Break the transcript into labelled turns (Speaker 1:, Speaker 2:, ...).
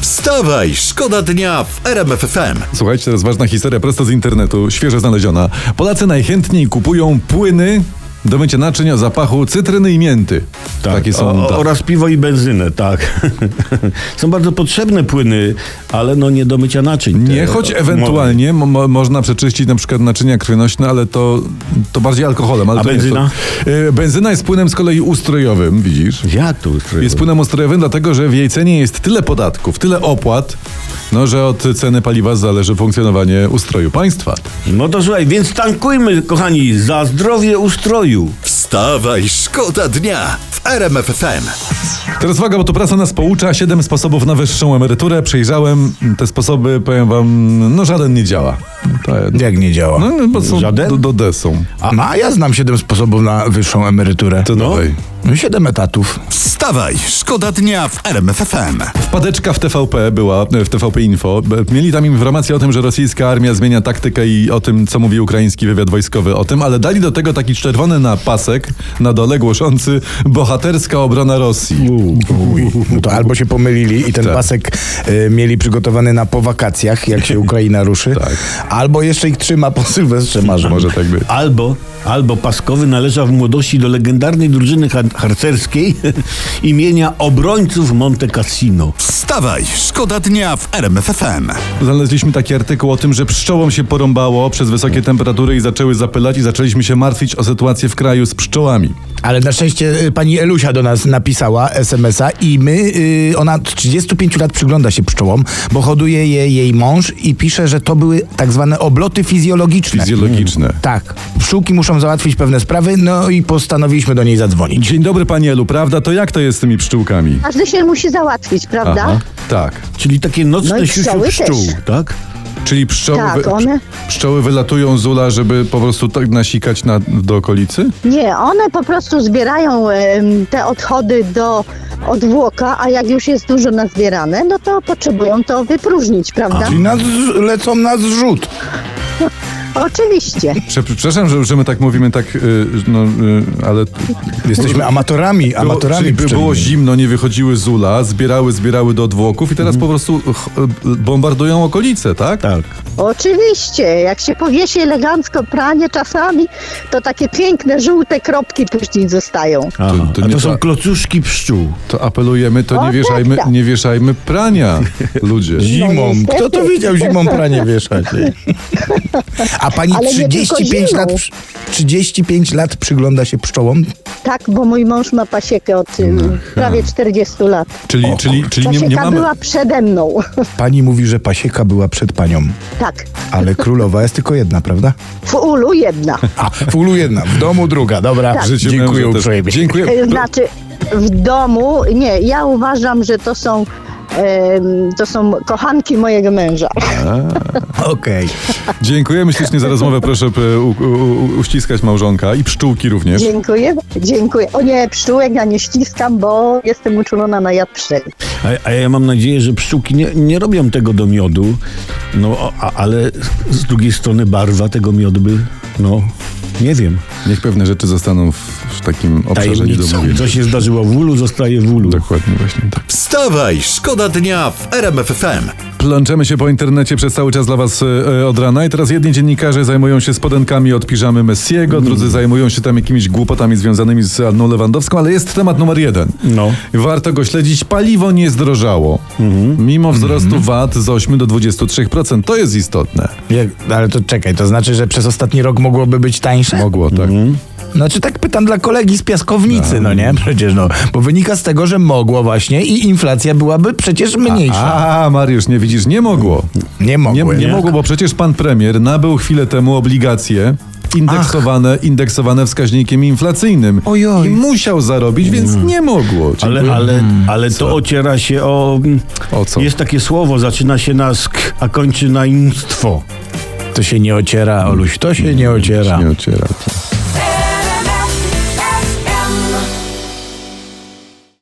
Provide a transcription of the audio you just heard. Speaker 1: Wstawaj, szkoda dnia w RMFFM.
Speaker 2: Słuchajcie, teraz ważna historia prosto z internetu, świeżo znaleziona. Polacy najchętniej kupują płyny do mycia naczyń o zapachu cytryny i mięty. Takie są.
Speaker 3: O,
Speaker 2: tak.
Speaker 3: Oraz piwo i benzynę, tak. Są bardzo potrzebne płyny, ale no nie do mycia naczyń.
Speaker 2: Nie,
Speaker 3: Te-
Speaker 2: choć
Speaker 3: to-
Speaker 2: ewentualnie mo- mo- można przeczyścić na przykład naczynia krwionośne, ale to, to bardziej alkoholem. Ale
Speaker 3: A
Speaker 2: to nie,
Speaker 3: benzyna?
Speaker 2: to, y, benzyna jest płynem z kolei ustrojowym, widzisz?
Speaker 3: Ja tu
Speaker 2: Jest płynem ustrojowym, dlatego że w jej cenie jest tyle podatków, tyle opłat, no, że od ceny paliwa zależy funkcjonowanie ustroju państwa.
Speaker 3: No to słuchaj, więc tankujmy, kochani, za zdrowie ustroju.
Speaker 1: Wstawaj, szkoda dnia w RMFFM.
Speaker 2: Teraz uwaga, bo to praca nas poucza. Siedem sposobów na wyższą emeryturę. Przejrzałem te sposoby, powiem wam, no żaden nie działa. To,
Speaker 4: E, Jak nie działa?
Speaker 2: no, no, bo są
Speaker 3: Żaden?
Speaker 2: do, do desą.
Speaker 4: A, no, a ja znam 7 sposobów na wyższą emeryturę.
Speaker 2: To
Speaker 4: no.
Speaker 2: dawaj.
Speaker 4: 7 etatów.
Speaker 1: Wstawaj, szkoda dnia w RMFFM.
Speaker 2: Wpadeczka w TVP była, w TVP Info. B- Mieli tam informację o tym, że rosyjska armia zmienia taktykę i o tym, co mówi ukraiński wywiad wojskowy o tym, ale dali do tego taki czerwony napasek na dole głoszący bohaterska obrona Rosji.
Speaker 4: No to albo się pomylili i ten
Speaker 2: Tak.
Speaker 4: pasek y, mieli przygotowany na po wakacjach, jak się Ukraina ruszy. Albo jeszcze ich trzyma po Sylwestrze marzą.
Speaker 2: Tak. Może tak być.
Speaker 3: Albo, albo Paskowy należał w młodości do legendarnej drużyny har- harcerskiej imienia obrońców Monte Cassino.
Speaker 1: Wstawaj, szkoda dnia w RMFFM.
Speaker 2: Znaleźliśmy taki artykuł o tym, że pszczołom się porąbało przez wysokie temperatury i zaczęły zapylać i zaczęliśmy się martwić o sytuację w kraju z pszczołami.
Speaker 4: Ale na szczęście y, pani Elusia do nas napisała SMS-a i my, y, ona od 35 lat przygląda się pszczołom, bo hoduje je jej mąż i pisze, że to były tak zwane obloty fizjologiczne.
Speaker 2: Fizjologiczne.
Speaker 4: tak, pszczółki muszą załatwić pewne sprawy, no i postanowiliśmy do niej zadzwonić.
Speaker 2: Dzień dobry pani Elu, prawda? To jak to jest z tymi pszczółkami?
Speaker 5: Każdy się musi załatwić, prawda?
Speaker 2: Tak.
Speaker 3: Czyli takie nocne
Speaker 5: No i
Speaker 3: siusiu
Speaker 5: pszczoły
Speaker 3: pszczół,
Speaker 5: też.
Speaker 3: tak?
Speaker 2: Czyli pszczoły,
Speaker 5: Tak,
Speaker 2: wy-
Speaker 5: one-
Speaker 2: pszczoły wylatują z ula, żeby po prostu tak nasikać na, do okolicy?
Speaker 5: Nie, one po prostu zbierają em, te odchody do odwłoka, a jak już jest dużo nazbierane, no to potrzebują to wypróżnić, prawda?
Speaker 4: Czyli nas, z- lecą na zrzut.
Speaker 5: Oczywiście.
Speaker 2: Prze- Przepraszam, że, że my tak mówimy tak, y, no, y, ale...
Speaker 4: Jesteśmy amatorami,
Speaker 2: Było, czyli
Speaker 4: amatorami
Speaker 2: by było zimno, nie wychodziły z ula, zbierały, zbierały do odwłoków i teraz po prostu ch- y, bombardują okolice, tak?
Speaker 3: Tak.
Speaker 5: Oczywiście. Jak się powiesi elegancko pranie czasami, to takie piękne, żółte kropki później zostają.
Speaker 3: Aha.
Speaker 2: to
Speaker 3: A
Speaker 2: nie
Speaker 3: to
Speaker 2: ta-
Speaker 3: są klocuszki pszczół.
Speaker 2: To apelujemy, to
Speaker 5: O,
Speaker 2: nie wieszajmy,
Speaker 5: tak, tak.
Speaker 2: nie wieszajmy prania, ludzie.
Speaker 4: Zimą.
Speaker 5: No niestety.
Speaker 4: Kto to wiedział zimą pranie wieszać? nie? A pani
Speaker 5: Ale nie tylko
Speaker 4: 35 lat,
Speaker 5: zimą.
Speaker 4: przy- 35 lat przygląda się pszczołom?
Speaker 5: Tak, bo mój mąż ma pasiekę od em, prawie 40 lat.
Speaker 2: Czyli, czyli, No, tak. czyli nie,
Speaker 5: Pasieka
Speaker 2: nie mamy...
Speaker 5: była przede mną.
Speaker 4: Pani mówi, że pasieka była przed panią,
Speaker 5: tak.
Speaker 4: ale królowa jest tylko jedna, prawda?
Speaker 5: W ulu jedna.
Speaker 4: A, w ulu jedna, w domu druga, dobra.
Speaker 5: Tak.
Speaker 2: W życiu
Speaker 4: Dziękuję
Speaker 2: męża też.
Speaker 4: uprzejmie.
Speaker 2: Dziękuję.
Speaker 5: E, Znaczy, w domu, nie, ja uważam, że to są, em, to są kochanki mojego męża.
Speaker 4: Okej.
Speaker 2: Dziękujemy ślicznie za rozmowę. Proszę p- u, u, u, uściskać małżonka i pszczółki również.
Speaker 5: Dziękuję, dziękuję. O nie, pszczółek ja nie ściskam, bo jestem uczulona na jad pszczeli.
Speaker 3: A, a ja mam nadzieję, że pszczółki nie, nie robią tego do miodu, no a, ale z drugiej strony barwa tego miodu by, no nie wiem.
Speaker 2: Niech pewne rzeczy zostaną w, w takim obszarze
Speaker 3: Tajemnicą.
Speaker 2: niedomówień.
Speaker 3: Co się zdarzyło w ulu, zostaje w ulu.
Speaker 2: Dokładnie właśnie tak.
Speaker 1: Wstawaj, szkoda dnia w RMFFM.
Speaker 2: Plączemy się po internecie przez cały czas dla was e, e, od rana i teraz jedni dziennikarze zajmują się spodenkami od piżamy Messiego, drudzy zajmują się tam jakimiś głupotami związanymi z Anną Lewandowską, ale jest temat numer jeden.
Speaker 3: No.
Speaker 2: Warto go śledzić. Paliwo nie zdrożało. Mimo wzrostu VAT z 8 do 23%. To jest istotne.
Speaker 4: Jak- Ale to czekaj, to znaczy, że przez ostatni rok mogłoby być tańsze?
Speaker 2: Mogło, tak.
Speaker 4: Znaczy tak pytam dla kolegi z piaskownicy, no nie? Przecież no, bo wynika z tego, że mogło właśnie i inflacja byłaby przecież mniejsza.
Speaker 2: A, Mariusz, nie widzisz, nie mogło.
Speaker 4: nie
Speaker 2: Nie,
Speaker 4: mogły.
Speaker 2: nie mogło, bo przecież pan premier nabył chwilę temu obligacje indeksowane, indeksowane wskaźnikiem inflacyjnym.
Speaker 4: Ojoj.
Speaker 2: I musiał zarobić, więc nie mogło.
Speaker 3: Mm. Ale,
Speaker 2: Dziękuję.
Speaker 3: ale, ale to ociera się o...
Speaker 2: O co?
Speaker 3: Jest takie słowo, zaczyna się na sk, a kończy na instwo.
Speaker 4: To się nie ociera, Oluś, to się nie ociera.
Speaker 2: Nie ociera.